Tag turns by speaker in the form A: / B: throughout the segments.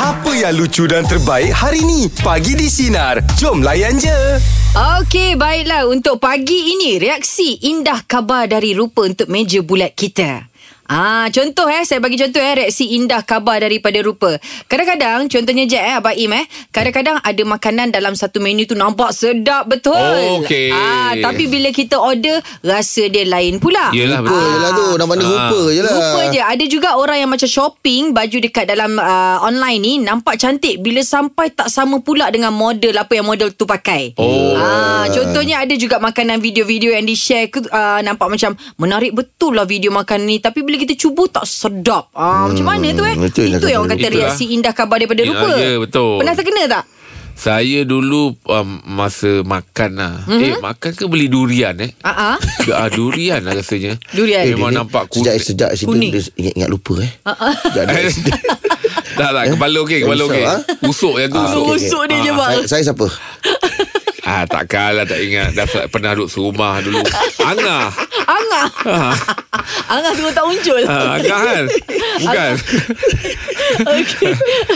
A: Apa yang lucu dan terbaik hari ni? Pagi di Sinar. Jom layan je.
B: Okey, baiklah. Untuk pagi ini, reaksi indah kabar dari rupa untuk meja bulat kita. Ah, contoh eh, saya bagi contoh eh, reaksi indah kabar daripada rupa. Kadang-kadang, contohnya je eh, Abang Im eh, kadang-kadang ada makanan dalam satu menu tu nampak sedap betul.
C: Okey.
B: Ah, tapi bila kita order, rasa dia lain pula. Ah,
C: Yelah
D: Rupa
C: betul
D: je lah tu Nak mana
C: Ah.
D: rupa je lah
B: Rupa je Ada juga orang yang macam shopping Baju dekat dalam uh, online ni Nampak cantik Bila sampai tak sama pula Dengan model Apa yang model tu pakai
C: Oh.
B: ah, Contohnya ada juga makanan Video-video yang di-share ke, uh, Nampak macam Menarik betul lah video makanan ni Tapi bila kita cuba Tak sedap ah, Macam mana tu eh
D: itu yang
B: Itu yang
D: kata
B: orang kata
C: Itulah.
B: Reaksi indah kabar daripada
C: Ya,
B: rupa
C: ya, betul.
B: Pernah terkena tak?
C: Saya dulu um, Masa makan lah mm-hmm. Eh makan ke beli durian eh
B: Mhm. Ah, ah.
C: ah, Durian lah rasanya
B: Durian. Eh,
C: Memang
D: dia ni
C: nampak
D: Sejak,
C: kuning
D: sejak situ
B: Kuning. Ah,
D: Dia ingat-ingat lupa eh Sejak dia sejak-
C: Tak tak lah, kepala okey Kepala
D: Usap,
C: okey
D: ah?
C: Usuk yang tu
D: Ah,
C: usuk
D: okey, okey.
B: Usuk dia je, bang.
D: saya, saya siapa?
C: ah, Takkan lah tak ingat Dah pernah duduk serumah dulu Angah
B: Angah Angah tengok tak muncul
C: Ah, Angah kan Bukan
B: Okey.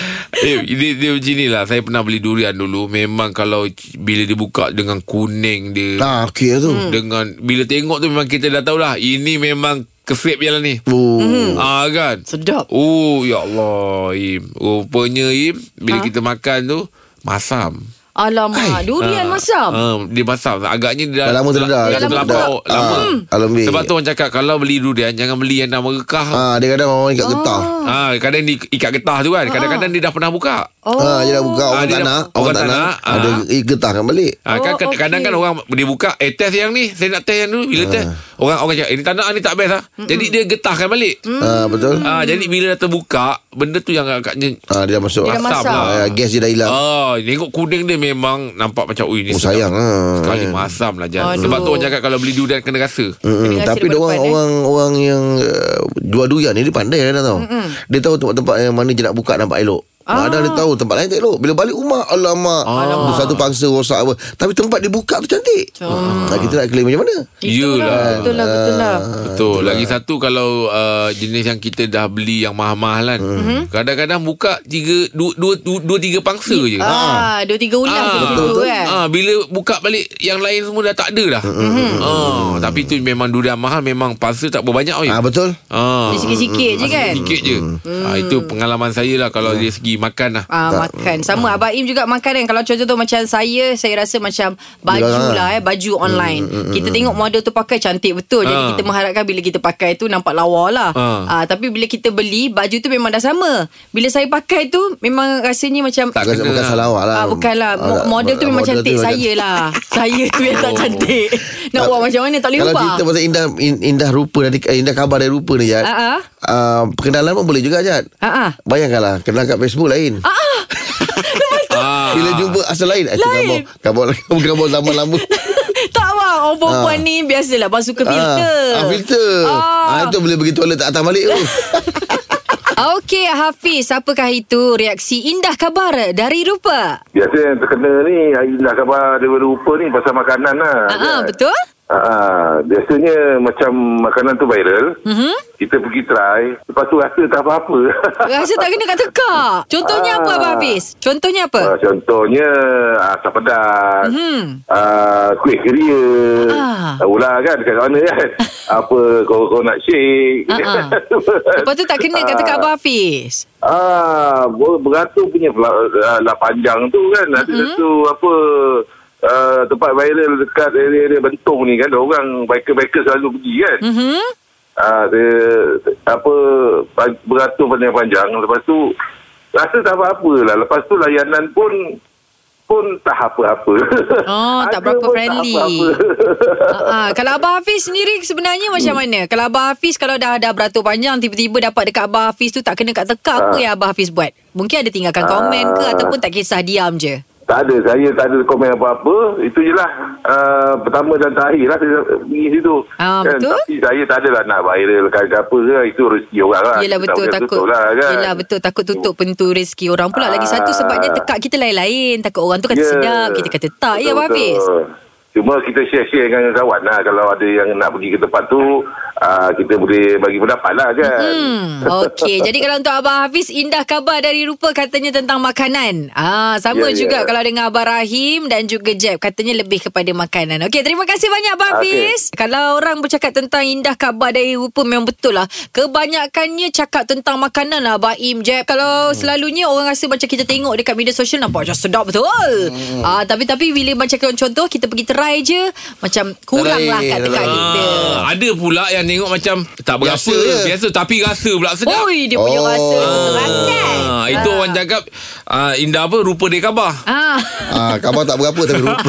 C: eh, dia, dia macam ni lah Saya pernah beli durian dulu Memang kalau Bila dibuka dengan kuning dia
D: Ah, okey lah
B: Hmm.
D: tu.
C: Dengan Bila tengok tu memang kita dah tahu lah Ini memang kesip je lah ni
D: Oh.
B: Hmm.
C: Ah kan
B: Sedap
C: Oh ya Allah Im Rupanya Im Bila ha? kita makan tu Masam
B: Alamak Durian masam
C: uh, Dia masam Agaknya dia
D: Dah lama
B: Dah lama
C: Dah
D: terdedah.
B: Hmm.
C: terlampau
D: terdedah.
C: Lama
D: Ah, alhamdulillah.
C: Sebab tu orang cakap Kalau beli durian Jangan beli yang dah merekah ha.
D: Ah, dia kadang orang
B: Oh.
D: ikat getah.
C: Ha, kadang dia ikat getah tu kan Kadang-kadang
B: Ha.
C: dia dah pernah buka
B: Oh.
D: Ah, dia dah buka orang
C: Ah, dia
D: tak
C: dah-
D: nak,
C: orang
D: orang
C: tak
D: tak nak.
C: nak,
D: Ada
C: ah.
D: eh, getahkan balik.
C: Ha, kan,
B: Oh,
C: kad-
B: okey.
C: Kadang-kadang orang Dia buka Eh test yang ni Saya nak test yang dulu
D: Ha.
C: Bila test Orang orang cakap Eh ni tak nak ni tak best lah Jadi dia getahkan balik
B: Hmm.
D: Ah, betul?
C: Ah, jadi bila dah terbuka, benda tu yang agaknya
D: Ah, dia dah masuk.
B: Dia dah
C: masam
B: masam.
C: lah.
D: Ah, gas dia dah hilang.
C: Ah, tengok kuning dia memang nampak macam ui ni.
D: Oh,
C: sedap.
D: sayang lah.
C: Sekali
D: Eh.
C: masam lah Jan.
B: Aduh.
C: Sebab tu orang cakap kalau beli durian kena rasa.
D: Mm-mm.
B: Dia rasa
D: Tapi dia orang
B: depan-depan, eh.
D: orang orang yang uh, jual durian ni dia pandai kan tau. Mm-mm. Dia tahu tempat-tempat yang mana dia nak buka nampak elok. Ah. Ada dia tahu tempat lain tak elok. Bila balik rumah alamak,
B: Ah.
D: alamak. satu pangsa rosak apa. Tapi tempat dia buka tu cantik. Ah. Kita nak claim macam mana? Ah.
C: Yelah.
B: Betul lah Betul lah
C: Betul. Lagi satu kalau uh, jenis yang kita dah beli yang mahal-mahal kan.
D: Hmm.
B: Mhm.
C: Kadang-kadang buka tiga dua dua dua, dua tiga pangsa je.
B: Ah, dua tiga ulang
C: Ah,
B: ah,
C: betul,
B: betul, tu kan.
C: Ah, bila buka balik yang lain semua dah tak ada dah.
D: Hmm.
B: Mhm.
C: Mm-hmm. Ah, tapi tu memang durian mahal memang pangsa tak berbanyak oi.
D: Ah, betul.
C: Ah.
B: Dia sikit-sikit je kan.
C: Sikit je. Ah, itu pengalaman saya lah kalau dari segi makan lah.
B: Ah, makan Sama Abang Im juga makan kan Kalau contoh tu macam saya Saya rasa macam Baju
D: Dilarang.
B: lah eh Baju online Kita tengok model tu pakai Cantik betul Jadi
C: Ah.
B: kita mengharapkan Bila kita pakai tu Nampak lawa lah
C: Ah.
B: ah, Tapi bila kita beli Baju tu memang dah sama Bila saya pakai tu Memang rasanya macam
C: Tak
D: Bukan,
C: kena
D: bukan
C: lah.
D: salah awak lah.
B: Ah, bukanlah Mo-
D: Ah,
B: Model tu memang
D: model
B: cantik
D: macam-
B: Saya lah Saya tu yang tak
C: Oh.
B: cantik Nak buat macam mana Tak boleh
D: Kalau
B: ubah
D: cerita pasal indah in- indah rupa dari eh, indah kabar dari rupa ni Jad.
B: Ah, ah.
D: Uh, perkenalan pun boleh juga Jad.
B: Ah, ah.
D: Bayangkanlah kenal kat Facebook lain.
C: Ah.
D: Bila jumpa asal lain. eh, Lain. Kabar kabar kabar, kabar lama-lama.
B: Tak bang Orang perempuan ni Biasalah Abang suka filter
D: Ah, ah filter. Ah. ah itu boleh pergi toilet tak datang balik tu.
B: Okey Hafiz Apakah itu reaksi indah kabar dari rupa?
E: Biasa yang terkena ni Indah khabar dia rupa ni Pasal makanan lah
B: Ah, ah, betul?
E: Aa, Biasanya Macam makanan tu viral
B: Mhm.
E: mm-hmm. Kita pergi try Lepas tu rasa tak apa-apa
B: Rasa tak kena kata kak Contohnya apa
E: Ah.
B: Abang Hafiz? Contohnya
E: Ah,
B: apa? Mhm.
E: Contohnya ah, Asam pedas mm-hmm. Kuih keria
B: Ah.
E: ah. Ular kan Dekat mana kan Apa Kau, kau nak shake
B: Ah, ah. Lepas tu tak kena kata kak Abang Hafiz
E: Ah, ber- beratur punya pula, ah, lah panjang tu kan.
B: Mhm.
E: Ada mm-hmm. satu apa uh, tempat viral dekat area-area Bentong ni kan. Ada orang biker-biker selalu pergi kan.
B: Mhm.
E: Ah, dia apa pa- beratur panjang-panjang. Lepas tu rasa tak apa-apa lah. Lepas tu layanan pun pun tak apa-apa.
B: Oh, tak
E: Ada
B: berapa
E: pun tak
B: friendly.
E: apa-apa.
B: Ah, ah. Kalau Abang Hafiz sendiri sebenarnya
E: Hmm.
B: macam mana? Kalau Abang Hafiz kalau dah dah beratur panjang tiba-tiba dapat dekat Abang Hafiz tu tak kena kat teka apa
E: Ha.
B: yang Abang Hafiz buat? Mungkin ada tinggalkan komen ke ataupun tak kisah diam je.
E: Tak ada, saya tak ada komen apa-apa. Itu je lah uh, pertama dan terakhir lah saya pergi situ. Kan?
B: Ah, betul.
E: Tapi saya tak adalah nak viralkan ke apa ke. Itu rezeki orang lah.
B: Yelah
E: Kita
B: betul
E: tak boleh
B: takut
E: tutup Lah, kan?
B: Yelah betul takut tutup pintu rezeki orang pula Lagi
E: Ah.
B: satu sebabnya tekak kita lain-lain Takut orang tu kata
E: Ya.
B: sedap Kita kata tak Ya Abang Hafiz
E: Betul. Cuma kita share-share dengan kawan lah. Kalau ada yang nak pergi ke tempat tu, uh, kita boleh bagi pendapat lah kan.
B: Hmm, okey. Jadi kalau untuk Abang Hafiz, indah khabar dari rupa katanya tentang makanan. Ah, sama
E: Ya,
B: juga
E: ya.
B: kalau dengan Abang Rahim dan juga Jeb katanya lebih kepada makanan. Okey, terima kasih banyak Abang
E: Okey.
B: Hafiz. Kalau orang bercakap tentang indah khabar dari rupa memang betul lah. Kebanyakannya cakap tentang makanan lah Abang Im, Jeb.
E: Hmm.
B: Kalau selalunya orang rasa macam kita tengok dekat media sosial nampak macam sedap betul.
E: Hmm.
B: Ah, tapi tapi bila macam contoh kita pergi try je macam kurang lah kat dekat kita.
C: Ah, ada pula yang tengok macam tak berapa
D: Biasa
C: biasa,
D: je.
C: biasa tapi rasa pula sedap.
B: Oi, dia punya
D: Oh.
B: rasa. Rakan.
C: Ah, itu orang cakap ah, indah apa rupa dia khabar.
B: Ah.
D: Ah, khabar tak berapa tapi rupa.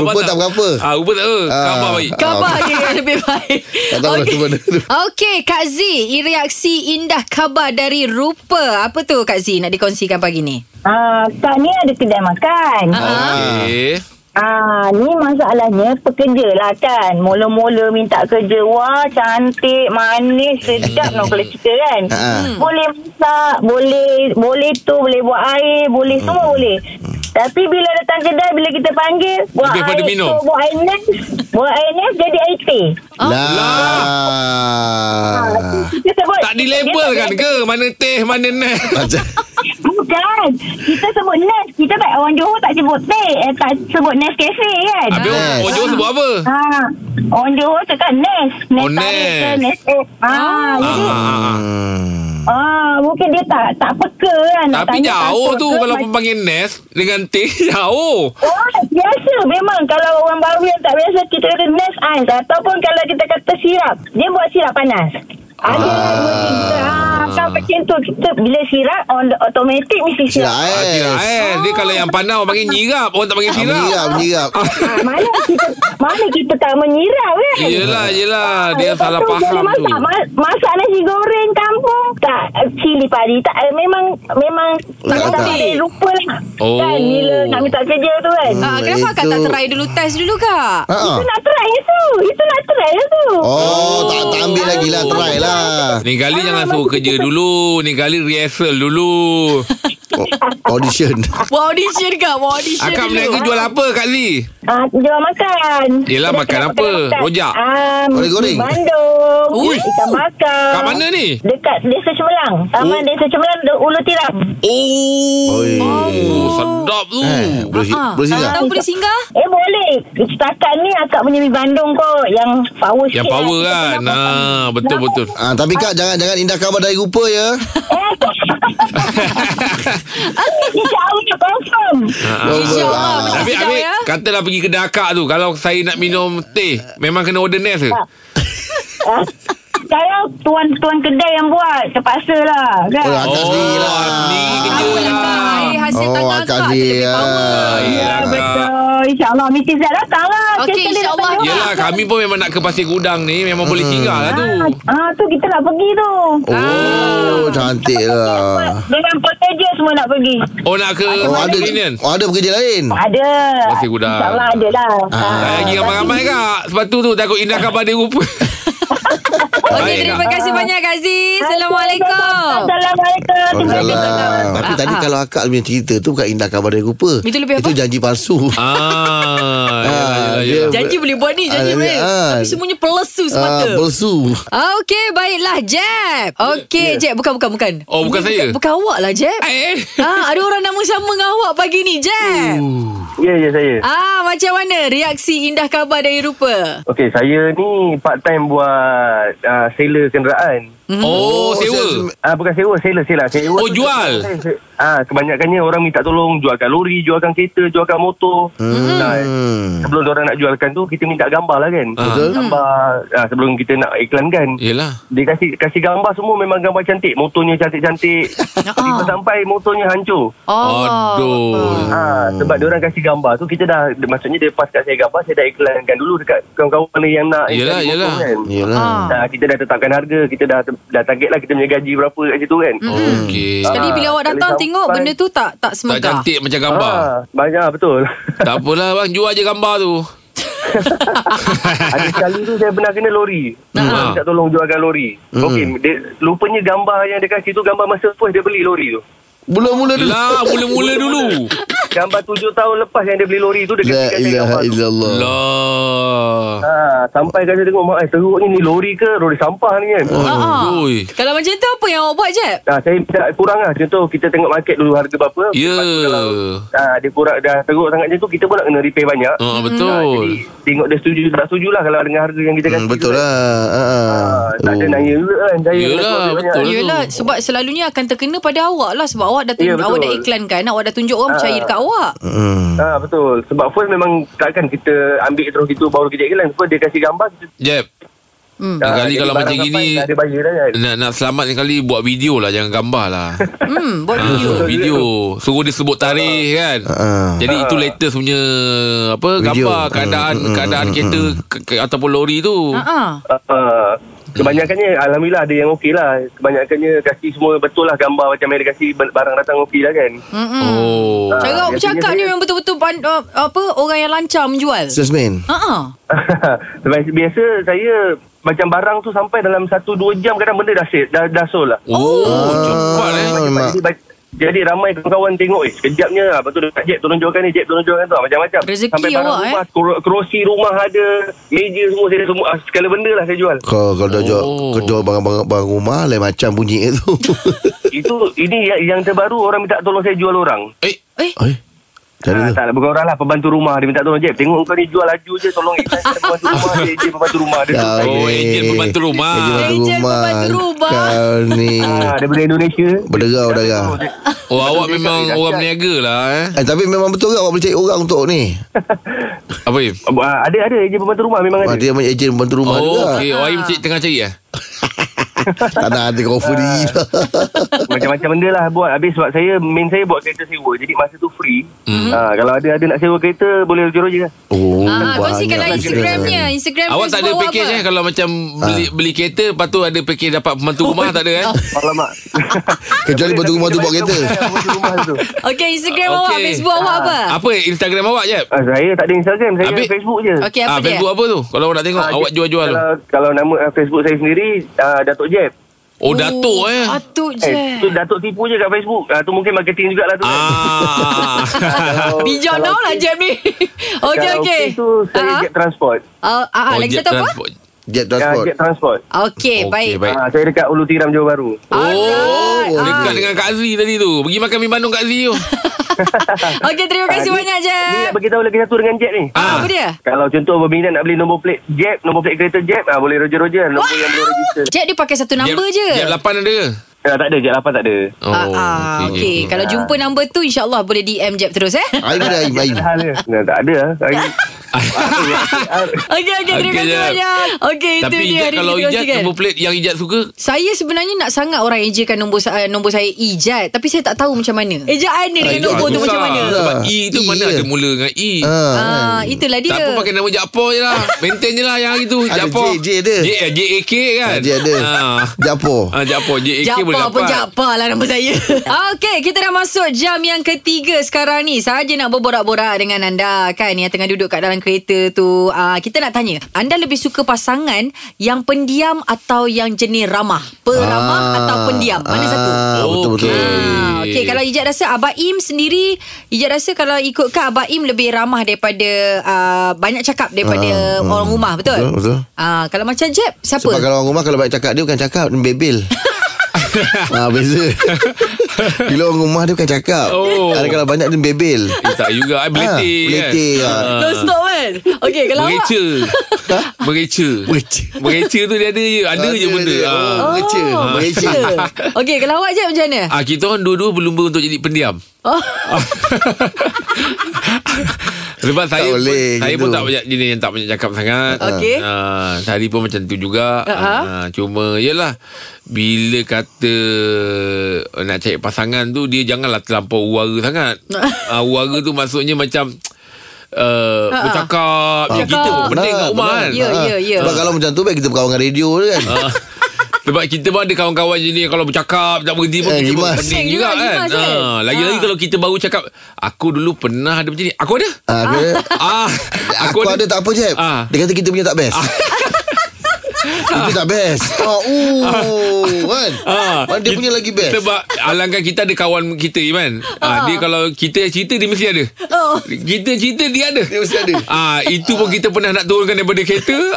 D: rupa tak, berapa.
C: Ah, rupa tak berapa.
D: Ah.
C: Khabar baik.
B: Khabar dia yang lebih baik
D: Tak tahu lah
B: Okey.
D: tu benda tu.
B: Okey Kak Z Reaksi indah khabar dari rupa Apa tu Kak Z Nak dikongsikan pagi ni
F: Ah, Kak ni ada kedai makan.
C: Okey.
F: Ah, ni masalahnya pekerja lah kan. Mula-mula minta kerja. Wah, cantik, manis, sedap
C: Hmm.
F: nak kalau kita kan.
C: Ha,
D: Ah.
F: Boleh masak, boleh boleh tu, boleh buat air, boleh
C: Hmm.
F: semua boleh. Tapi bila datang kedai, bila kita panggil, buat
C: Lebih pada
F: air
C: minum.
F: tu, buat air nes, buat air nes jadi air teh. Ah,
B: Ah.
D: Lah.
F: Kita sebut,
C: Ah. Tak dilabelkan ke mana teh mana nes?
D: Macam
F: Bukan. Kita sebut nes. Kita tak, orang Johor tak sebut teh. Eh, tak sebut nes cafe kan.
C: Habis orang
D: Nes.
C: orang Johor sebut apa?
F: Ah, on the road cakap Nes. Nes
C: Oh,
F: tarik ke,
C: Nes.
F: Nes. eh. Ah, jadi
C: Ah,
F: ah, mungkin dia tak tak peka kan. nak
C: tapi
F: tanya
C: jauh
F: pasal
C: tu
F: ke,
C: kalau
F: macam-
C: panggil nes dengan teh jauh.
F: Oh, biasa memang kalau orang baru yang tak biasa kita kata Nes Ice ataupun kalau kita kata sirap. Dia buat sirap panas. Ada ah. dua tiga. Ah, kan macam tu kita bila sirap on automatic mesti
D: silap
F: sirap.
C: Ah,
D: eh.
C: tidak eh. Dia kalau yang pandai orang panggil nyirap. Orang tak panggil
D: Ah,
C: sirap.
D: Menyirap, menyirap.
F: Ah, mana kita mana kita tak menyirap kan?
C: Yelah, yelah.
F: Ah,
C: Dia
F: lepas
C: salah
F: tu
C: faham
F: jadi
C: tu.
F: masak, ma- Masak nasi goreng kampung Tak eh, Cili padi Tak eh, Memang Memang
D: Tak
F: memang
D: tak.
F: ada rupa lah
C: Oh.
F: Kan Bila nak minta kerja tu kan
D: Hmm.
B: Ah, Kenapa Kak
D: itu-
B: tak try dulu Test dulu Kak
D: Ha.
F: Itu nak try itu Itu nak try itu
D: Oh, tak tak ambil lagi lah try lah.
C: Ni kali
F: Ah,
C: jangan suruh
F: maksud
C: kerja
F: kita-
C: dulu. Ni kali rehearsal dulu.
D: O- Oh, Audition.
B: Buat audition Kak Buat audition dulu
C: Akak
B: ah.
C: berniaga jual apa Kak Lee?
F: ah, Jual makan
C: Yelah,
F: Kedai-
C: makan
F: kedai
C: apa?
F: makan.
C: Rojak?
F: Ah,
D: Goreng-goreng?
F: Bandung
C: Ui.
F: Ikan bakar
B: Ah.
C: Kat mana ni?
F: Dekat desa Cemerlang Taman
C: Oh.
F: desa Cemerlang Ulu Tiram
C: Oh.
D: Oi.
C: Oh, sedap tu.
D: Eh, boleh
B: Ah,
D: boleh singgah.
B: Tahu boleh singgah
F: Eh boleh Setakat ni akak punya mi Bandung kot Yang power
C: Yang
F: sikit lah.
C: power
B: lah,
F: Kita
C: kan.
F: nak makan.
C: Nah, betul betul.
D: Ah, tapi kak jangan jangan indah khabar dari rupa ya.
F: InsyaAllah confirm
B: InsyaAllah
D: Ah.
B: Mesti
C: Habis,
B: sedap
C: habis
B: ya
C: katalah pergi kedai akak tu Kalau saya nak minum teh Memang kena order nes ke?
F: Ah, Sekarang tuan-tuan kedai yang buat Terpaksa lah kan
D: Oh, akak
C: Oh,
D: sendiri lah.
C: sendiri kerja
B: Tahu lah Kak Air hasil
D: Oh,
B: tangan
D: akak
B: Kak
D: dia.
B: Lebih power
C: Ah,
F: Ya
C: yelah, Kak.
F: betul InsyaAllah Mesti Zat datang lah
B: Okey,
F: Sekali datang
B: insyaAllah, Ya.
F: juga.
C: Yelah kami pun memang nak ke Pasir Gudang ni Memang boleh singgah lah tu
F: Ah tu kita nak pergi tu
D: Oh, cantik lah.
F: Dengan pekerja semua nak pergi
C: Oh nak ke
D: Oh, ada
C: Dominion
D: oh, ada pekerja lain.
F: Ada
C: Masih gudang.
F: InsyaAllah ada lah
D: Ah.
B: ya,
C: Tak lagi ramai-ramai kak Sepatu tu takut indah kabar dia rupa
B: Okey
C: Baik,
B: terima
C: Kak.
B: kasih banyak Kak Z Assalamualaikum
F: Assalamualaikum Terima kasih
D: Salam.
C: Ah,
D: Tapi tadi kalau akak punya cerita tu bukan indah khabar dari rupa.
B: Itu lebih apa?
D: Itu janji palsu.
C: Ah, yelah, yelah,
D: dia
C: yelah.
B: Janji boleh buat ni Janji
D: Ah,
B: boleh
D: ah.
B: Tapi semuanya pelesu
D: Ah,
B: semata
D: palsu.
B: Ah, Okey, baiklah Jeb. Okey, yeah. Jeb. Bukan, bukan, bukan.
C: Ya. Oh, bukan
B: Ini
C: saya?
B: Bukan, bukan awak lah, Jeb.
C: Eh
B: ah, ada orang nama sama dengan awak pagi ni, Jeb.
G: Ya, ya saya.
B: Ah, macam mana reaksi indah khabar dari rupa?
G: Okey, saya ni part time buat uh, seller kenderaan.
C: Oh sewa
G: Ah uh, bukan sewa, seller seller. Sewa.
C: Oh, jual?
G: Ah kebanyakannya orang minta tolong jualkan lori, jualkan kereta, jualkan motor. Hmm. Nah,
D: Hmm.
G: sebelum orang nak jualkan tu kita minta gambar lah kan.
C: Betul.
G: Gambar ah, sebelum kita nak iklankan.
C: Yelah
G: Dia kasih kasih gambar semua memang gambar cantik. Motornya cantik-cantik. Tiba sampai motornya hancur.
C: Aduh
G: Ha, sebab dia orang kasih gambar tu kita dah maksudnya dia pas kat saya gambar saya dah iklankan dulu dekat kawan-kawan yang nak
C: Yelah,
G: iklan
C: yelah.
G: motor kan.
D: Ya. Yalah.
B: Ah.
G: Dah, kita dah tetapkan harga Kita dah dah target lah Kita punya gaji berapa kat situ kan
D: Hmm.
C: Okey
B: Sekali
G: Ah,
B: bila awak datang
G: sekali
B: tengok
G: sampai-
B: benda tu tak tak
C: Tak
B: semegah.
C: cantik macam gambar
G: Ah, Banyak betul
C: Tak apalah bang Jual je gambar tu
G: Ada sekali tu saya pernah kena lori
C: Ah.
G: hmm. Minta tolong jualkan lori
D: Hmm.
G: Okey dia, Lupanya gambar yang dia kasih tu Gambar masa first dia beli lori tu
D: Mula-mula dulu.
C: Lah mula-mula dulu
G: Gambar tujuh tahun lepas yang dia beli lori tu
D: La
G: Dia kasi kat saya
D: ilaha
G: gambar tu
D: illallah.
C: Lah.
G: ha, Sampai kat saya tengok Mak eh, teruk ni Ni lori ke Lori sampah ni kan
D: Oh.
B: Ha, ha.
C: Ui.
B: Kalau macam tu apa yang awak buat je?
G: Nah, saya tak kurang lah Contoh kita tengok market dulu harga berapa
C: Ya.
G: Lepas tu kalau ah, Dia kurang dah teruk sangat macam tu Kita pun nak kena repair banyak
C: Ha,
G: Ah,
C: betul.
G: jadi tengok dia setuju tak setuju lah Kalau dengan harga yang kita kasi
D: Hmm, betul
G: juga.
D: lah. Ha, ha.
G: Ah, tak ada
D: Oh.
G: naya juga kan saya
C: Yelah,
G: kena keluar duit
C: betul. lah.
G: banyak.
B: Yelah sebab selalunya akan terkena pada awak lah sebab awak dah
G: Ya,
B: tunjuk,
G: betul.
B: awak dah iklankan awak dah tunjuk orang percaya dekat awak.
D: Hmm.
G: Ah betul sebab phone memang takkan kita ambil terus gitu baru kerja iklan sebab dia kasi gambar kita
C: Jeb.
B: Hmm.
C: Lain
G: Ah,
C: kali
G: jadi
C: kalau
G: barang
C: macam
G: sampai
C: gini-
G: tak ada bayar dah kan.
C: Nak nak selamat ni kali buat video lah jangan gambar lah.
B: Hmm, buat
C: Ha,
B: video.
C: video. Suruh dia sebut tarikh kan.
D: Ah.
C: Jadi itu latest punya apa
D: Video.
C: gambar keadaan
D: Hmm, hmm,
C: keadaan
D: hmm,
C: kereta ke- ke- ataupun lori tu.
B: Ha ah.
G: Ah, kebanyakannya alhamdulillah ada yang okey lah kebanyakannya kasi semua betul lah gambar macam yang dia kasi barang datang okey lah kan
C: Oh.
G: Ah,
B: Cara awak
G: biasanya
B: bercakap ni
G: saya-
B: memang betul-betul pan, uh, apa orang yang lancar menjual.
D: Salesman.
B: Ha ah.
G: Sebab biasa saya macam barang tu sampai dalam 1-2 jam kadang benda dah set dah, dah sold lah
C: Oh, cepat eh.
D: Ah, memang.
G: Jadi, ba- jadi ramai kawan-kawan tengok eh sekejapnya lah. Lepas tu dekat Jeb tolong jualkan ni, Jeb tolong jualkan tu lah. Macam-macam.
B: Rezeki
G: Sampai barang
B: awak, eh.
G: rumah, eh. kerusi rumah ada, meja semua saya semua ah, segala benda lah saya jual.
D: Kalau kalau dah jual
C: Oh.
D: kau jual barang-barang barang rumah lain macam bunyi dia tu.
G: Itu ini yang, yang terbaru orang minta tolong saya jual orang.
C: Eh,
B: Eh,
D: Eh. Macam
G: Ah,
D: mana tu?
G: tak lah, bukan orang lah Pembantu rumah Dia minta tolong Jeb Tengok kau ni jual laju je Tolong eh, saya Pembantu rumah Dia dia pembantu rumah Dia
D: Dah
C: Oh,
D: ni.
C: ejen pembantu rumah.
B: Ejen pembantu rumah.
D: Kau ni.
G: ah, Daripada Indonesia
D: Berderau dah kau.
C: oh awak memang orang berniaga lah eh.
D: Eh, tapi memang betul ke awak boleh cari orang untuk ni?
C: Apa Im?
G: Ah, Ada ada Ejen pembantu rumah Memang
D: Wah,
G: ada
D: Ah, dia punya ejen pembantu rumah juga.
C: Oh, okey. Oh, Im cik tengah cari eh?
D: Tak nak hati kau free
C: Ah.
D: lah.
G: Macam-macam benda lah buat Habis sebab saya Main saya buat kereta sewa Jadi masa tu free
C: Hmm.
G: mm. ha, Kalau ada ada nak sewa kereta Boleh jujur je lah
D: Oh,
B: ah, kongsikanlah
D: banyak
B: Instagramnya. Instagram
C: Awak tak ada
B: Facebook awak
C: package
B: apa?
C: eh kalau macam beli
D: Ah.
C: beli kereta lepas tu ada package dapat pembantu
B: Oh,
C: rumah tak ada eh?
G: Alamak
D: Kecuali bantu rumah tu buat kereta.
C: Ah.
G: Bantu rumah tu
B: Okey, Instagram
C: Okey. Ah,
B: awak, Facebook awak apa?
C: Apa Instagram awak je?
G: ah, Saya tak ada Instagram Saya
C: Habis-
G: Facebook je
B: Okey, apa
C: ah,
B: dia?
C: Facebook apa tu? Kalau awak nak tengok
G: Ah,
C: awak
G: dia-
C: jual-jual tu.
G: kalau, kalau nama ah, Facebook saya sendiri ah, Datuk Jeb
C: Oh, datuk eh.
B: Datuk je.
G: Eh, tu Datuk tipu je kat Facebook. Ah, tu mungkin marketing jugalah tu. kan.
C: Ah.
G: Kalau-
B: Bijak
G: kalau
B: now lah
G: okey-
B: Jeb ni. Okey,
G: kalau
B: okey.
G: okey tu saya
B: Ah,
G: Jeb Transport.
B: ah, ah, ah, lagi
C: jet
B: satu apa?
C: transport.
D: Jet
G: Ah,
D: transport.
C: Ya,
G: Jeb Transport.
B: Okey,
C: Oh, Okey,
B: baik. Ah,
C: baik.
G: Ah, saya dekat Ulu Tiram Johor Bahru.
C: Oh,
B: Alright.
C: dekat
B: Ah.
C: dengan Kak Azri tadi tu. Pergi makan mi Bandung Kak Azri tu.
B: Okey, terima kasih
G: Ah, ni-
B: banyak
G: Ni
B: Jeb.
G: nak beritahu lagi satu dengan Jeb ni.
B: Ah,
C: Ah.
B: apa dia?
G: Kalau contoh berminat nak beli nombor plate Jeb, nombor plate kereta Jeb, ah, boleh roger-roger nombor yang belum register.
B: Jeb dia pakai satu number je.
C: Jam 8 ada ke?
G: Ah, tak ada, Jeb 8 tak ada.
C: Oh, Ah.
B: ah, ah, okey. Kalau jumpa number tu insya-Allah boleh DM Jeb terus eh.
D: Aim ada Aim, Aim.
G: Hal dia. Nah, tak ada lah. Hari- Ah,
B: Okey, okey, terima
C: Okey,
B: kasih
C: Jeb.
B: banyak. Okey, itu
C: Tapi
B: dia
C: Ijat
B: hari
C: kalau
B: ini
C: Ijat
B: kongsikan.
C: nombor plate yang Ijat suka
B: Saya sebenarnya nak sangat orang ejakan nombor sa- eh, nombor saya Ijat tapi saya tak tahu macam mana. Ejaan dia
C: Ah,
D: Ijat
B: dengan nombor tu
D: susah.
B: macam mana?
C: Sebab E tu
D: E
C: mana
D: je.
C: ada mula dengan E
B: Ah, itulah dia.
C: Tak apa pakai nama Japor je lah Maintain je lah yang hari tu
D: Ada
C: Japor
D: J, J ada.
C: J, eh, JAK kan
D: Dia ada.
C: ah.
D: Japo.
C: Ah, Japor JAK boleh
B: Japa
C: dapat
B: pun Japa lah nama saya Okey kita dah masuk jam yang ketiga sekarang ni Saja nak berborak-borak dengan anda kan Yang tengah duduk kat dalam kereta tu uh, Kita nak tanya Anda lebih suka pasangan yang pendiam atau yang jenis ramah Peramah
D: Ah.
B: atau pendiam Mana satu?
D: Ah, Betul betul.
C: Okey.
B: Ah, Okey kalau Ijat rasa Abah Im sendiri Ijat rasa kalau ikutkan Abah Im lebih ramah daripada uh, Banyak cakap daripada
D: Ah, ah.
B: orang rumah betul?
D: Betul, betul.
B: Ah, kalau macam Jeb siapa?
D: Sebab kalau orang rumah kalau baik cakap dia bukan cakap, dia bebel. ah beza. Bila orang rumah dia bukan cakap.
C: Oh.
D: Ada kalau banyak dia bebel.
C: Eh, tak juga I Beletik
D: Ah, beletik, ah.
B: Non stop kan Okey kalau awak
C: Mereca
D: Ha?
C: Mereca
D: Mereca.
C: Mereca tu dia ada je Ada je benda
D: dia.
C: Ah.
D: Oh, Mereca. Mereca.
B: Okey, kalau awak je macam mana?
C: Ah kita orang dua-dua berlumba untuk jadi pendiam.
B: Oh.
C: Sebab saya pun,
D: boleh
C: saya
D: gitu.
C: pun tak banyak jenis yang tak banyak cakap sangat.
B: Okey.
C: Ah, Sari pun macam tu juga.
B: Ha-ha.
C: Ah, cuma yalah bila kata eh, nak cari pasangan tu dia janganlah terlampau uara sangat. Ah uara tu maksudnya macam uh,
B: Ha-ha.
C: bercakap je
B: Bercakap.
C: kita pun pening kat
D: Benar,
C: rumah
D: benar.
C: kan.
B: Ya,
D: Ah,
B: ya, ya.
D: Sebab kalau macam tu baik kita berkawan dengan radio tu kan.
C: Ah. Sebab kita pun ada kawan-kawan je ni Kalau bercakap Tak berhenti pun
D: Eh,
C: Kita pun
D: rimas.
C: pening
B: Pening juga,
C: juga kan
B: rimas kan?
C: Ah, Lagi-lagi
B: Ah.
C: kalau kita baru cakap Aku dulu pernah ada macam ni Aku ada
D: Ah, dia-
C: Ah,
D: Aku, ada, tak apa je
C: Ah.
D: Dia kata kita punya tak best Itu tak best oh, uh, kan?
C: Ah,
D: Dia punya lagi best
C: Kita ba- alangkan kita ada kawan kita Iman. Ah, dia kalau kita yang cerita dia mesti ada.
B: Oh.
C: Kita yang cerita dia ada.
D: Dia mesti ada.
C: Ah, itu pun kita pernah nak turunkan daripada kereta.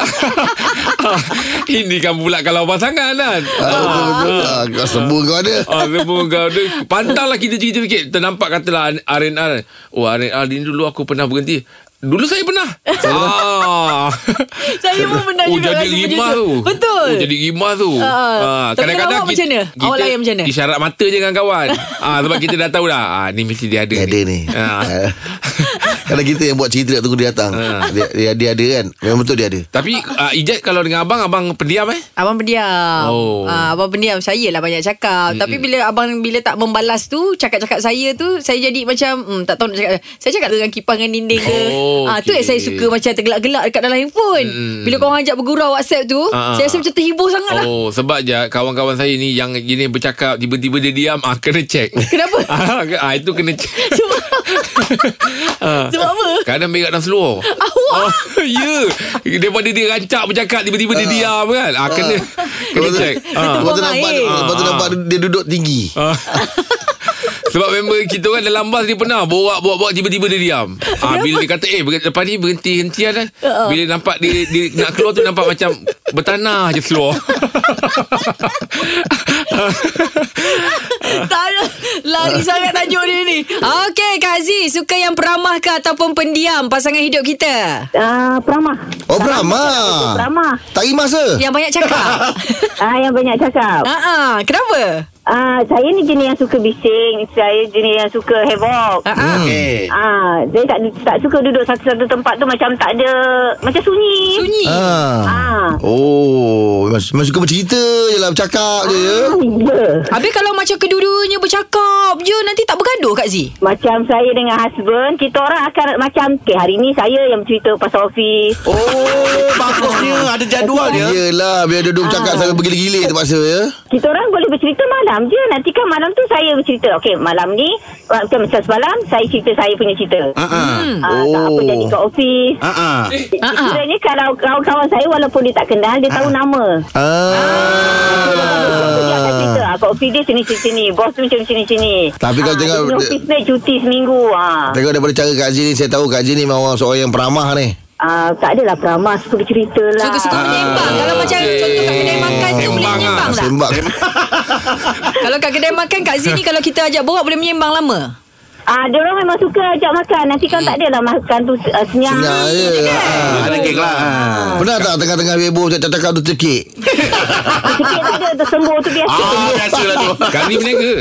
C: Ah, Ini kan pula kalau pasangan kan.
D: Ah, betul, betul. Ah, Kau sembuh kau ada
C: Ah, semua kau dia Pantaulah kita cerita sikit Ternampak katalah R&R Oh R&R ni dulu aku pernah berhenti Dulu saya pernah ah.
B: Saya pun pernah
C: Oh
B: juga rasa
C: jadi rimah
B: macam
C: tu
B: tu. Betul.
C: Oh jadi rimah tu
B: Ah, ah. Tapi kalau awak
C: kita-
B: macam mana?
C: kita
B: Awak layan macam mana?
C: Isyarat mata je dengan kawan ah, Sebab kita dah tahu dah ah, Ni mesti dia ada
D: Dia ada ni
C: ah.
D: Ah. Kadang kita yang buat cerita Nak tunggu dia
H: Ha.
D: datang dia, dia, dia ada kan Memang betul dia ada
C: Tapi ah, Ijat kalau dengan abang Abang pendiam eh
B: Abang pendiam
C: Oh.
B: ah, Abang pendiam Saya lah banyak cakap mm Tapi bila abang Bila tak membalas tu Cakap-cakap saya tu Saya jadi macam mm, Tak tahu nak cakap Saya cakap dengan kipang dengan dinding ke
C: Oh,
B: ah, Tu
C: okey.
B: yang saya suka Macam tergelak-gelak Dekat dalam handphone
C: Mm.
B: Bila korang ajak bergurau WhatsApp tu
C: Ah, ah.
B: Saya rasa macam terhibur sangat lah
C: Oh sebab je Kawan-kawan saya ni Yang gini bercakap Tiba-tiba dia diam ah, Kena cek
B: Kenapa?
C: ah, ke- ah, Itu kena cek
B: Sebab
C: Ah.
B: Sebab apa?
C: Kadang berak dalam seluar
B: Awak
C: Oh, ya Daripada dia rancak bercakap Tiba-tiba dia diam kan ah, Kena Kena
D: Lepas tu-
C: check
H: Ha.
C: ah.
D: Lepas tu
B: buang
D: nampak
B: air.
D: Lepas tu nampak dia duduk tinggi
C: Ah. Sebab member kita kan dalam bas dia pernah borak-borak tiba-tiba dia diam. Ah bila dia kata eh ber- lepas ni berhenti hentian kan.
B: Ah,
C: Bila nampak dia, dia nak keluar tu nampak macam bertanah je seluar.
B: Tak ada Lari
C: Ah.
B: sangat tajuk dia ni Okey Kak Aziz Suka yang peramah ke Ataupun pendiam Pasangan hidup kita
F: Ah, Pramah.
D: Oh Brahma
F: Pramah.
D: Tak pergi masa
B: Yang banyak cakap
F: Ah, yang banyak cakap.
B: Ah, ah, Kenapa?
F: Ah, saya ni jenis yang suka bising. Saya jenis yang suka havoc.
B: Ah, ah.
C: Hmm.
D: Okay
F: Ah, saya tak tak suka duduk satu-satu tempat tu macam tak ada macam sunyi.
B: Sunyi
D: Ah.
F: Ah.
D: Oh Memang memang suka bercerita je lah Bercakap je ya
F: Ya.
B: Habis kalau macam kedua-duanya bercakap je Nanti tak bergaduh Kak Z
F: Macam saya dengan husband, kita orang akan macam, okay, hari ni saya yang cerita pasal office.
H: Oh, bagusnya. Ada jadual dia.
D: Yelah Biar duduk bercakap Sampai bergila-gila terpaksa ya
F: Kita orang boleh bercerita malam je. Nanti kan malam tu saya bercerita. Okey, malam ni, ah, macam macam semalam, saya cerita saya punya cerita.
H: Ha ah.
F: Ah, tak apa
D: Oh.
F: jadi kat office.
H: Ha ah.
B: Ah, ah.
F: Kiranya kalau kawan-kawan saya walaupun dia tak kenal, dia tahu nama. Lepas tu Dia akan cerita
D: Ah.
F: ah, Kat office dia sini-sini Bos tu macam sini-sini Ah,
D: Tapi kalau tengok-
F: dia punya Office ni cuti seminggu ah.
D: Tengok daripada cara Kak Zee ni Saya tahu Kak Zee ni Memang orang seorang yang peramah ni
F: ah, Tak adalah peramah Suka cerita lah
B: Suka-suka menyembang Kalau macam contoh kat kedai makan tu Boleh
C: Sembang
B: menyembang
D: Ah,
B: tak?
D: Sembang
B: Kalau kat kedai makan Kak Z ni Kalau kita ajak borak Boleh menyembang lama
F: ah, Dia orang memang suka ajak makan Nanti kalau tak adalah makan tu uh, senyap
D: Senyap je Ah.
H: Ada geng lah.
D: Pernah tak tengah-tengah Bebo Cakap-cakap tu cekik
F: Sikit tak ada Tersembur tu biasa
H: Ah, biasalah tu.
C: Kak ni berniaga.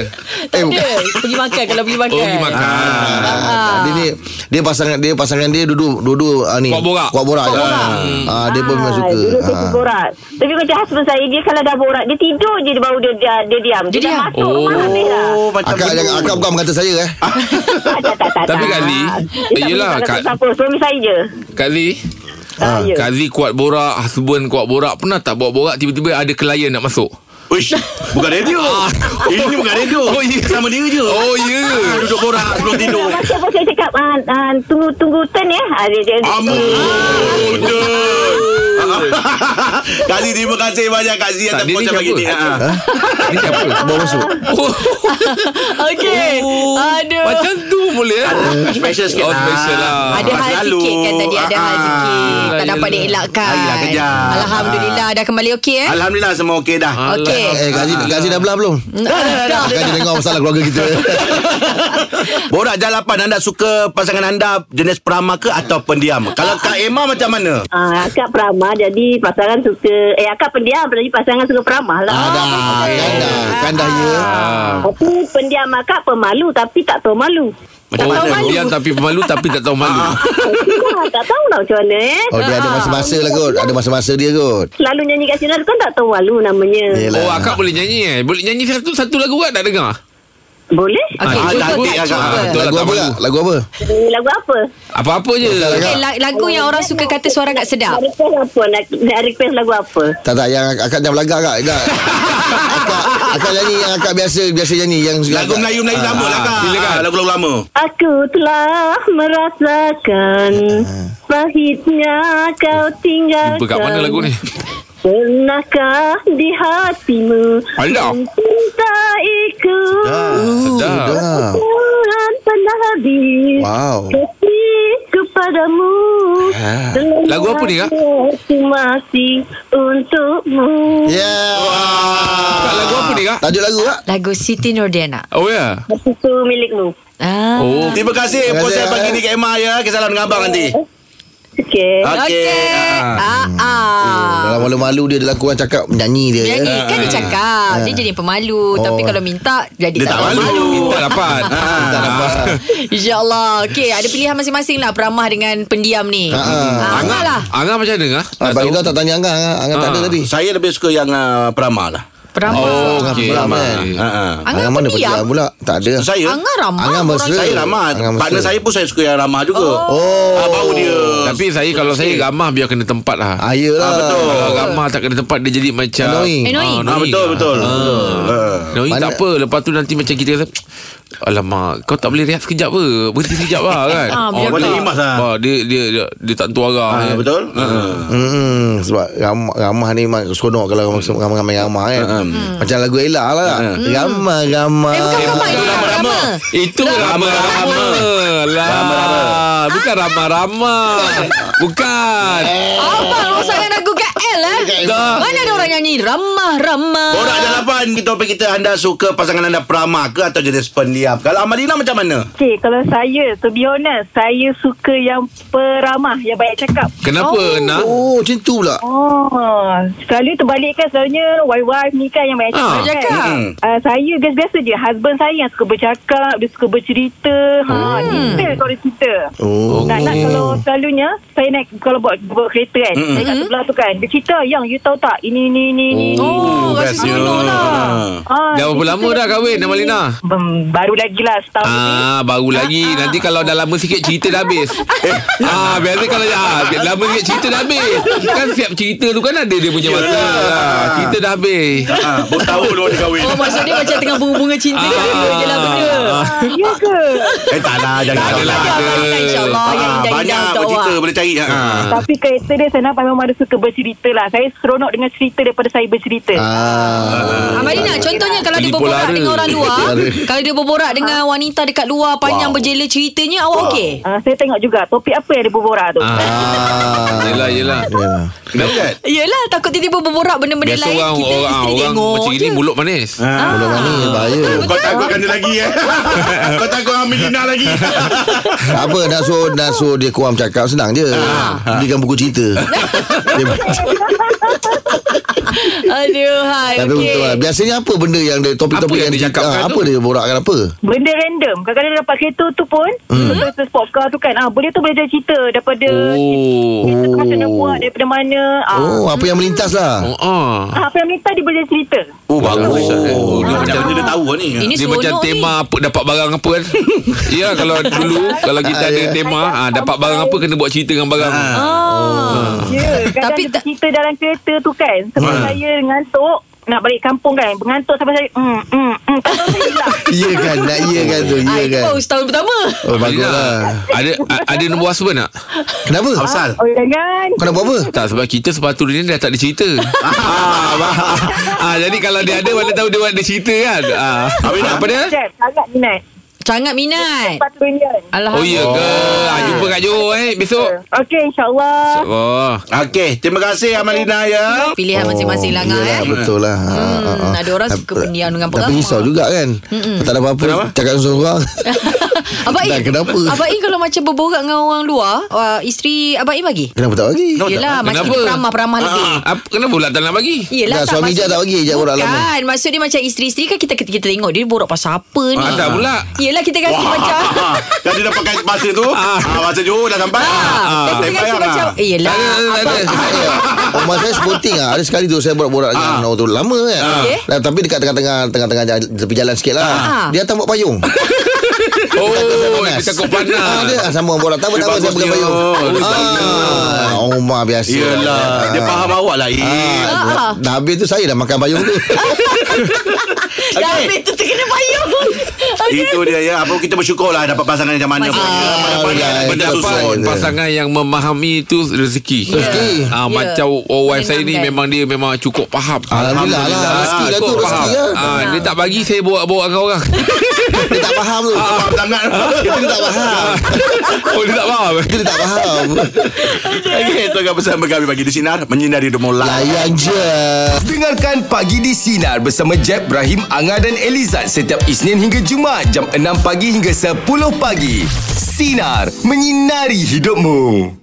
D: Eh bukan
B: Dia pergi makan Kalau pergi makan
C: Oh pergi makan.
D: Ah. Dia ni dia pasangan dia pasangan dia duduk duduk ah, ni
C: Kuak borak.
D: Kuak borak. je. Ah dia pun memang suka.
F: Dulu saya
D: Ah.
F: suka borak Tapi macam husband saya Dia kalau dah borak Dia tidur je Dia baru dia, dia, dia diam Dia,
B: Dia
F: dah
B: diam?
F: masuk oh. rumah habis lah
H: Oh, macam
D: Akak jangan akak bukan mengata saya eh.
H: Ah,
F: tak, tak, tak, tak,
C: Tapi
F: tak.
C: Kak Lee,
F: Dia tak
C: yelah,
F: minta
C: Kak-
F: siapa Suami saya je
C: Kak Zee,
F: Ah, ya.
C: Kak Zee kuat borak, husband kuat borak. Pernah tak buat borak tiba-tiba ada klien nak masuk? Ah.
H: Uish, bukan radio. Eh, Ini bukan radio.
C: Oh, ya.
H: Sama dia je.
C: Oh ya.
H: Ah, Duduk borak sebelum tidur.
F: Masa apa saya cakap ah, ah, Tunggu tunggu turn ya ah, dia, dia,
H: Amun. Kak Z, terima kasih banyak Kak Z
C: Tak,
H: atas
C: dia
H: pos
C: ni
H: yang bagi Ah.
C: siapa?
H: ni. Ah.
C: Ni siapa?
D: Bawa masuk.
C: Oh,
B: Okey Aduh
C: macam tu boleh. eh?
H: Special sikit
C: Oh, special lah.
B: Ada hal
H: Selalu.
B: sikit kan tadi Ada hal
H: Ah,
B: sikit Tak
C: yelah,
B: dapat
C: yelah.
B: dielakkan
H: Ah, yelah, kejap.
B: Alhamdulillah Dah kembali okey eh
H: Alhamdulillah semua okey dah.
B: Okey
D: Eh gaji gaji dah belah belum? Ah,
B: Dah
D: Gaji dengar masalah keluarga kita.
H: Borak jalapan anda suka pasangan anda jenis peramah ke atau pendiam? Kalau Kak Emma macam mana?
F: Ah, akak peramah jadi pasangan suka eh akak pendiam jadi pasangan suka peramah lah.
D: Ah dah kan dah kan dah ya.
F: Tapi pendiam akak pemalu tapi tak tahu malu.
H: Macam
B: tahu
H: mana?
B: malu.
C: Diam tapi pemalu tapi tak tahu malu.
H: Ah.
F: Itulah, tak tahu lah macam mana eh.
D: Oh dia ada masa-masa lah kot. Ada masa-masa dia kot.
F: Selalu nyanyi kat sinar kan tak tahu malu namanya.
D: Yelah.
C: Oh, akak boleh nyanyi eh? Boleh nyanyi satu satu lagu kan tak dengar?
F: Boleh?
B: Okey
H: Ah,
B: cuba
H: cantik
B: Kak
H: agak.
B: cuba.
H: Ah,
C: Betul lah,
D: Lagu
C: tak
D: apa
C: malu.
D: Kak? Lagu apa?
F: Ini lagu apa?
C: Apa-apa je.
B: Okey la- lagu yang orang suka kata suara agak sedap
F: Nak request apa? Nak, nak request lagu apa?
D: Tak tak yang akak jangan belagak kak. Kak. Akak akak nyanyi yang akak biasa biasa nyanyi yang
H: Lagu Melayu-Melayu lama lah Kak.
C: Ah, silakan.
H: Ah, Lagu-lagu lama.
F: Aku telah merasakan pahitnya kau tinggalkan.
C: Jumpa kat Eh, mana lagu ni?
F: Pernahkah di hatimu
C: Alah.
F: mencintaiku?
C: sedap.
D: Sedap.
F: Kurang pandang habis
D: Wow.
F: Kasih kepadamu Dengan
C: Lagu apa ni, Kak?
F: hati Masih untukmu
D: Yeah.
C: Kak, lagu apa ni, Kak?
D: Ya. Tajuk lagu
H: Eh,
D: tak?
B: Lagu Siti Nurdiana.
C: Oh ya.
F: Hati itu milikmu
B: Ah.
C: Oh.
H: Terima kasih
D: Terima kasih,
H: proses pagi
D: eh.
H: ni Kak Emma ya. Kisah dengan abang nanti.
F: Okay
C: Ha.
H: Okey.
B: Ah. ah.
D: Dalam malu-malu dia dalam kurang cakap menyanyi dia. ya.
B: Nyanyi kan dia cakap Dia jadi pemalu Tapi kalau minta Jadi
H: Dia
B: tak,
H: tak
B: ada
H: malu.
C: Minta dapat. Minta dapat.
B: InsyaAllah Okay ada pilihan masing-masing lah Peramah dengan pendiam ni
D: Ah.
B: ah, Angah lah
C: Angah macam mana Angah?
D: Ah,
C: Nak
D: bagi
C: tahu?
D: tahu tak tanya Angah Angah, Angah tak ada
C: Ah.
D: tadi
H: Saya lebih suka yang uh, peramah lah.
B: Peramah
C: Oh,
D: Angah
C: okey.
D: peram, kan?
H: Ha, ha.
B: Angah
D: mana
B: pendiam?
D: pergi pula Tak ada
H: Saya
B: Angah ramah
D: Angah
B: orang
D: mesra.
H: saya ramah.
D: Angah mesra.
H: Partner saya pun saya suka yang ramah juga.
D: Oh.
H: Ah, bau dia.
C: Tapi saya kalau saya ramah biar kena tempat lah.
D: Ah, yelah
H: Ah, betul.
C: Kalau ramah tak kena tempat dia jadi macam
D: Annoying.
B: Annoying.
H: Ah, betul betul. Ah.
C: No, tak
D: Mana-
C: apa Lepas tu nanti macam kita kata Alamak Kau tak boleh rehat sekejap ke Berhenti sekejap lah kan
B: Ah, biar
C: dia,
H: tak. Imas lah.
C: ah, dia, dia, dia, dia tak tentu arah
H: Ah,
C: kan.
H: betul? Ah.
D: Hmm, sebab ramah, ramah ni memang seronok kalau ramah ramah, ramah, ramah
H: Ah,
D: kan. Macam lagu Ella lah. Ramah ramah.
B: Hmm. Eh bukan ramah
H: bukan
B: ini
H: ramah,
B: Rama
H: ramah.
C: Itu rama-rama lah Bukan rama-rama Bukan
B: Abang orang sayang lagu KL eh
C: Dah.
B: Mana ada orang nyanyi Ramah ramah
H: Borak jalapan kita topik kita anda suka pasangan anda peramah ke atau jenis pendiam? Kalau Amadina macam mana?
F: Okay, kalau saya, to be honest, saya suka yang peramah, yang banyak cakap.
C: Kenapa nak
D: Oh, macam tu pula.
F: Oh, sekali terbalikkan selalunya wife-wife ni kan yang banyak
C: Ah,
F: cakap kan.
B: cakap.
F: Mm. Uh, saya biasa-biasa je. Husband saya yang suka bercakap, dia suka bercerita. Ha,
C: Oh.
F: kita kalau kita.
D: Oh.
F: Nak nak kalau selalunya saya naik kalau buat buat kereta kan.
C: Hmm.
F: Mm. Saya kat sebelah tu kan. Dia cerita, "Yang you tahu tak? Ini ni ni ni."
B: Oh, rasa
H: bestnya.
B: seronok lah.
H: Ah.
F: Ah,
C: Dah
F: dia
C: berapa
F: cerita
C: lama dah kahwin dengan Malina?
F: Hmm, baru lagi lah setahun ni.
C: Ah, baru lagi. Nanti kalau dah lama sikit cerita dah habis. ah, biasa kalau ah, lama sikit cerita dah habis. Kan siap cerita tu kan ada dia punya masa.
B: Ya.
C: Ah, cerita dah habis.
H: Ah, baru tahu dulu dia kahwin.
B: Oh maksudnya macam tengah bunga-bunga
C: Ah.
B: cinta kan Dia lah benda
F: Ah, ya ke?
H: Eh tak lah jangan
C: Tak
H: tak
C: adalah.
H: lah.
B: Ya, Malina, InsyaAllah
H: Ah,
B: Yang indah-indah
H: banyak
B: untuk
H: bercerita
B: awak
H: boleh cari. Ha.
F: Tapi kereta dia saya nampak memang dia suka bercerita lah. Saya seronok dengan cerita daripada saya bercerita. Ah.
D: Ah.
B: Ah, Marina, contohnya kalau dia
C: Lagi
B: berborak
C: polara.
B: dengan orang luar, kalau dia berborak dengan wanita dekat luar panjang
H: Wow.
B: berjela ceritanya, awak okey?
F: Ah, saya tengok juga topik apa yang dia berborak tu. Ah.
D: Ah.
C: Yelah, yelah.
D: Yelah.
C: Kenapa kan?
B: Yelah, takut tiba-tiba berborak benda-benda
C: Biasa
B: lain
C: orang
B: kita
C: orang
B: kita
C: orang
B: tengok
C: macam ini
B: je. Ah.
C: mulut manis.
D: Kalau mana
B: Eh,
D: bahaya.
H: Kau takutkan dia lagi eh. Kau takut ambil Dina lagi.
D: Tak apa nak suruh nak suruh dia kuam cakap senang je. Belikan buku cerita. Dia-
B: Aduh, hai.
D: Tapi
B: okey.
D: betul lah. Biasanya apa benda yang dia topik-topik
C: Apa yang dia cakapkan
D: ah,
C: tu?
D: apa dia borakkan apa?
F: Benda random. Kadang-kadang dapat kereta tu pun, hmm. kereta sport car tu kan. Ah, boleh tu boleh jadi cerita daripada
C: Oh.
F: cerita pasal nak buat daripada mana. Ah.
D: Oh, apa yang melintas lah.
C: Oh, ah.
F: Ah, apa yang minta dia boleh jadi cerita.
H: Oh bagus.
D: Oh.
H: Oh, dia macam mana dia tahu ni.
B: Ini
C: Dia macam
B: seronok
C: tema apa dapat barang apa kan. ya kalau dulu kalau kita ada
H: ya.
C: tema ah dapat barang apa kena buat cerita dengan barang.
B: ni.
C: Oh.
B: Ah.
F: Ya, kadang
B: Tapi
F: Tapi
B: tak-
F: cerita dalam kereta tu kan. Sebab saya ngantuk, nak balik kampung kan. Mengantuk sampai saya, hmm, hmm, hmm. Tak tahu saya hilang.
D: Ya kan, nak ya kan tu,
B: Ah,
D: ya
B: itu
D: kan.
B: baru setahun pertama.
D: Oh,
C: Alina,
D: baguslah.
C: Ada a- ada nombor husband tak?
D: Kenapa? Pasal.
F: Oh, jangan.
D: Kau nak buat apa?
C: Tak sebab kita sepatutnya dah tak ada cerita. ah, bah- ah, jadi kalau dia ada mana tahu dia ada cerita kan. Ah, apa dia?
F: Jeb, sangat minat.
B: Sangat minat.
F: Patutnya.
C: Oh
B: Alhamdulillah.
C: iya ke? Ah, jumpa kat Johor eh besok.
F: Okey, insyaAllah.
C: Oh.
H: Okey, terima kasih Amalina ya.
B: Pilihan masing-masing lah, Angah, eh.
D: Yelah, Betul Oh, lah. Ha, ha, ha.
B: ada orang suka
D: Tapi-
B: pendiam dengan
D: Tapi
B: peramah.
D: risau juga kan. Tak ada apa-apa. Cakap seorang-seorang.
B: Abang
D: Dah,
B: Im,
D: kenapa?
B: Abang Im kalau macam berborak dengan orang luar, uh, isteri Abang Im bagi?
D: Kenapa tak bagi?
B: Yelah, macam
C: Kenapa? Ah,
B: dia peramah-peramah lebih.
C: Apa, kenapa pula tak nak bagi?
B: Yelah,
D: Dah, suami
B: maksud-
D: je tak bagi je borak lama.
B: Bukan, maksud dia macam isteri-isteri kan kita kita tengok dia borak pasal apa ni.
C: Ah, tak pula.
B: Yelah kita kasi macam
H: Kan dia dah pakai masa tu. Ah, masa Johor dah sampai.
B: Ah, kita kasi macam
H: lah.
B: eh, Yelah
C: Tak ada, tak ada.
D: Rumah saya sporting lah Ada sekali tu Saya borak-borak dengan
H: Ah.
D: orang tu Lama kan
B: Okey.
D: Nah, Tapi dekat tengah-tengah Tengah-tengah jalan, tepi jalan sikit lah
B: Ah.
D: Dia datang buat payung
C: Oh, dia takut
D: Ah,
C: panas.
D: Dia sama borak Tak apa-apa
H: Dia
D: Saya pakai
H: bagusnya.
D: payung
H: Dia
D: Ah, Rumah biasa
H: Yelah, dia faham awak lah. Eh. Ah,
D: Ah, dah- Dah habis tu saya dah makan payung tu
H: Okey.
I: Dah habis tu terkena payung.
B: Ah.
I: Okey.
H: Itu dia ya. Apa kita bersyukurlah dapat pasangan yang macam mana pun.
I: Pasangan.
B: Ah.
H: Ya, pandai-pandai,
D: Alright.
H: Benda
D: Dapat.
H: susun.
D: Betul.
C: Pasangan yang memahami itu Ya. rezeki.
D: Rezeki.
B: Ya.
C: Ah, macam oh, wife saya ni
B: Menyenangkan.
C: memang dia memang cukup faham.
D: Alhamdulillah lah. Rezeki dah tu,
C: cukup
D: rezeki
C: faham.
D: lah.
C: Ah, dia tak bagi saya bawa-bawa ke orang.
D: Dia tak faham tu
H: Faham sangat.
B: Ah.
D: Itu dia tak faham
C: oh, dia tak faham.
D: Itu dia tak faham
H: Okey, itu agak bersama kami bagi di sinar menyinari demo layan.
D: Layan je
A: Dengarkan Pagi di Sinar bersama Jeb, Ibrahim, Anga dan Elizad setiap Isnin hingga Jumaat jam 6 pagi hingga 10 pagi. Sinar. Menyinari hidupmu.